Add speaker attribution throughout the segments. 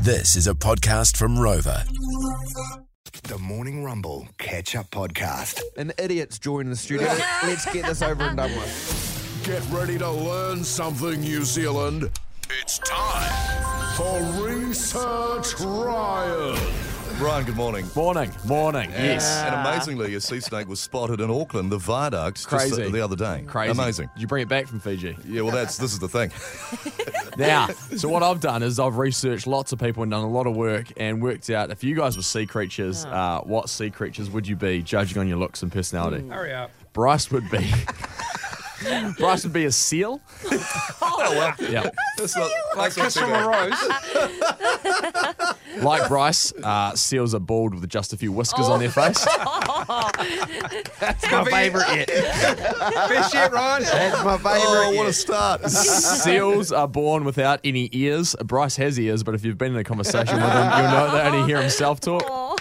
Speaker 1: This is a podcast from Rover.
Speaker 2: The Morning Rumble Catch Up Podcast.
Speaker 3: an idiot's joining the studio. Let's get this over and done with.
Speaker 4: Get ready to learn something, New Zealand. It's time for Research Ryan.
Speaker 5: Brian, good morning.
Speaker 6: Morning, morning. Yes.
Speaker 5: And amazingly, a sea snake was spotted in Auckland, the viaduct, just
Speaker 6: Crazy.
Speaker 5: the, the other day.
Speaker 6: Crazy.
Speaker 5: Amazing.
Speaker 6: Did you bring it back from Fiji?
Speaker 5: Yeah, well, that's this is the thing.
Speaker 6: Now, so what I've done is I've researched lots of people and done a lot of work and worked out if you guys were sea creatures, uh, what sea creatures would you be judging on your looks and personality? Hurry up. Bryce would be. Bryce would be a seal.
Speaker 5: Oh, wow.
Speaker 6: Yeah.
Speaker 5: That's not, that's not too bad.
Speaker 6: Like Bryce, uh, seals are bald with just a few whiskers on their face. That's my favourite yet.
Speaker 3: That's my favourite.
Speaker 5: Oh, what a start.
Speaker 6: Seals are born without any ears. Bryce has ears, but if you've been in a conversation with him, you'll know they only hear himself talk.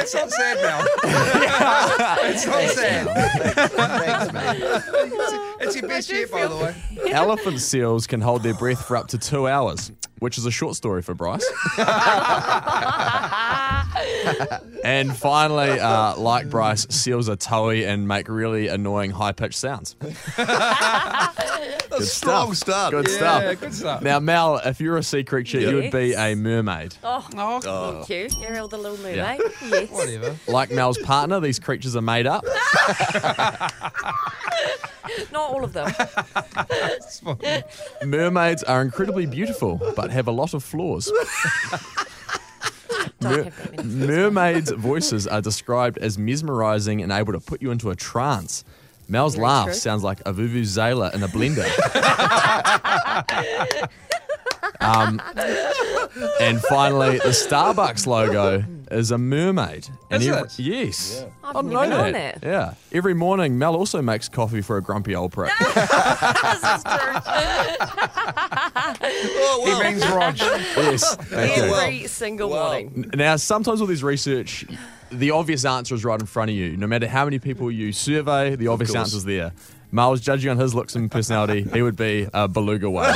Speaker 7: It's not sad now. it's not sad.
Speaker 3: Thanks, mate.
Speaker 7: It's your best yet, by the way.
Speaker 6: Elephant seals can hold their breath for up to two hours, which is a short story for Bryce. and finally, uh, like Bryce, seals are toey and make really annoying high pitched sounds.
Speaker 5: a strong start.
Speaker 6: Good
Speaker 7: Yeah,
Speaker 6: stuff.
Speaker 7: good stuff.
Speaker 6: Now, Mal, if you're a sea creature, you would be
Speaker 8: Yes.
Speaker 6: a mermaid.
Speaker 8: Oh, thank you. You're all the little mermaid.
Speaker 6: Yeah.
Speaker 8: Yes.
Speaker 7: Whatever.
Speaker 6: Like Mal's partner, these creatures are made up.
Speaker 8: Not all of them.
Speaker 6: Mermaids are incredibly beautiful, but have a lot of flaws.
Speaker 8: Don't
Speaker 6: Mer-
Speaker 8: have that many.
Speaker 6: Mermaids' voices are described as mesmerizing and able to put you into a trance. Mal's
Speaker 8: Very
Speaker 6: laugh
Speaker 8: true.
Speaker 6: sounds like a vuvuzela in a blender. um, and finally, the Starbucks logo is a mermaid. And
Speaker 7: Is
Speaker 6: ev-
Speaker 7: it?
Speaker 6: Yes.
Speaker 8: I've
Speaker 6: I didn't
Speaker 8: never
Speaker 6: know
Speaker 8: known
Speaker 6: that.
Speaker 8: that.
Speaker 6: Yeah. Every morning, Mel also makes coffee for a grumpy old prick.
Speaker 8: This is true.
Speaker 5: Oh, wow.
Speaker 7: Means Rog.
Speaker 6: yes. Thank you.
Speaker 8: Every single
Speaker 5: Wow.
Speaker 8: morning.
Speaker 6: Now, sometimes with this research, the obvious answer is right in front of you. No matter how many people you survey, the obvious
Speaker 5: course.
Speaker 6: answer is there. Miles, judging on his looks and personality, he would be a beluga whale.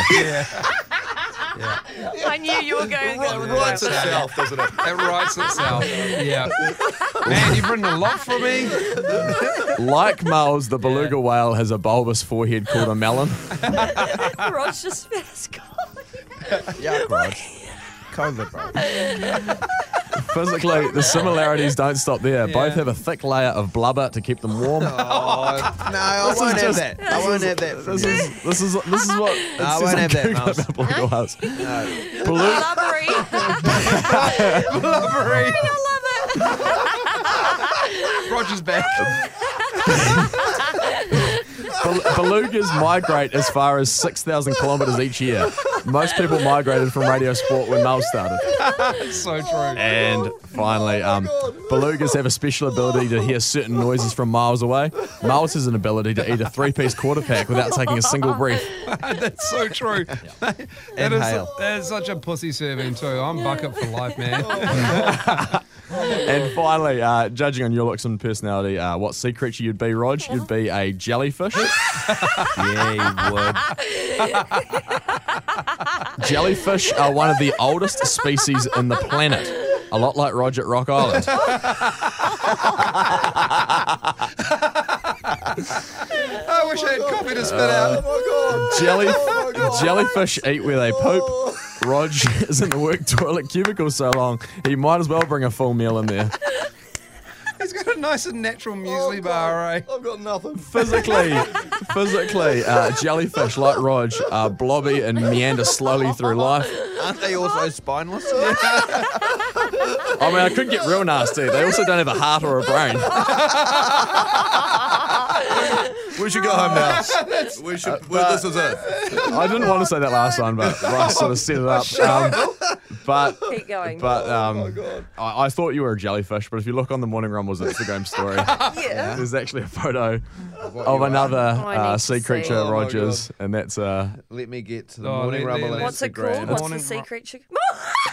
Speaker 8: I knew you were going
Speaker 5: Right,
Speaker 8: there.
Speaker 5: writes itself, doesn't it?
Speaker 7: It writes itself. Yeah. Man, you've written a lot for me.
Speaker 6: like Miles, the beluga whale has a bulbous forehead called a melon.
Speaker 8: Rod's just fast gone.
Speaker 3: Yuck, Rog. COVID, bro.
Speaker 6: Physically, the similarities don't stop there. Both have a thick layer of blubber to keep them warm.
Speaker 3: Oh. No, I won't have
Speaker 6: just-
Speaker 3: that. I won't have that. From
Speaker 6: This
Speaker 3: you.
Speaker 6: is this is this is what it
Speaker 3: I
Speaker 6: says
Speaker 3: won't
Speaker 6: on
Speaker 3: have that,
Speaker 6: Google
Speaker 3: Miles.
Speaker 6: about beluga whales. Belu-
Speaker 8: Blubbery.
Speaker 7: Blubbery.
Speaker 8: I love it.
Speaker 7: Roger's back.
Speaker 6: Bel- belugas migrate as far as 6,000 kilometres each year. Most people migrated from Radio Sport when Mel started.
Speaker 7: So true.
Speaker 6: And finally, um, belugas have a special ability to hear certain noises from miles away. Miles has an ability to eat a three piece quarter pack without taking a single breath.
Speaker 7: That's so true. That is,
Speaker 3: Inhale.
Speaker 7: that is such a pussy serving, too. I'm bucket for life, man.
Speaker 6: And finally, uh, judging on your looks and personality, uh, what sea creature you'd be, Rog? You'd be a jellyfish.
Speaker 3: Yeah, you would.
Speaker 6: Jellyfish are one of the oldest species in the planet, a lot like Roger at Rock Island.
Speaker 7: I wish I had coffee to spit out.
Speaker 6: Jelly, jellyfish eat where they poop. Rog is in the work toilet cubicle so long, he might as well bring a full meal in there.
Speaker 7: He's got a nice and natural muesli bar, eh?
Speaker 5: I've got nothing.
Speaker 6: Physically, physically, uh, jellyfish like Rog are blobby and meander slowly through life.
Speaker 3: Aren't they also spineless?
Speaker 6: I mean, I could get real nasty. They also don't have a heart or a brain.
Speaker 5: We should go home now. we
Speaker 3: Uh,
Speaker 5: should. well, this is it.
Speaker 6: I didn't want to say that last one, but Bryce sort of set it up. Um, but
Speaker 8: Keep going.
Speaker 6: but um, I, I thought you were a jellyfish, but if you look on the Morning Rumble's Instagram story,
Speaker 8: yeah.
Speaker 6: There's actually a photo of another
Speaker 8: I
Speaker 6: uh,
Speaker 8: need
Speaker 6: sea
Speaker 8: to
Speaker 6: creature,
Speaker 8: see. Oh
Speaker 5: my
Speaker 6: Rogers, and that's uh,
Speaker 3: Let me get to the
Speaker 7: Oh,
Speaker 3: morning
Speaker 7: let-
Speaker 3: rumble
Speaker 7: let-
Speaker 3: on
Speaker 8: What's it
Speaker 3: Instagram.
Speaker 8: called? What's
Speaker 7: Morning
Speaker 8: the sea
Speaker 7: ro-
Speaker 8: creature?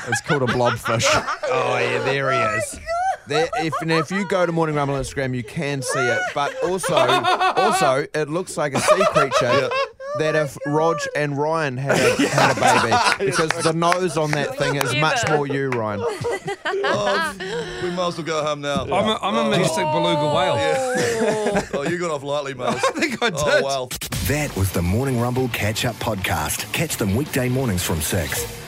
Speaker 6: it's called a blobfish.
Speaker 3: Oh yeah, there he is. There, if now if you go to Morning Rumble on Instagram, you can see it. But also, also, it looks like a sea creature
Speaker 6: that if
Speaker 5: Oh
Speaker 6: Rog and Ryan had a, had a baby, because the nose on that thing is much
Speaker 8: Ever.
Speaker 6: more you, Ryan.
Speaker 5: Oh, we might as well go home now.
Speaker 7: I'm a, I'm a majestic beluga whale.
Speaker 5: oh, you got off lightly, mate. I think I did. Oh, well.
Speaker 2: That was the Morning Rumble Catch Up Podcast. Catch them weekday mornings from 6.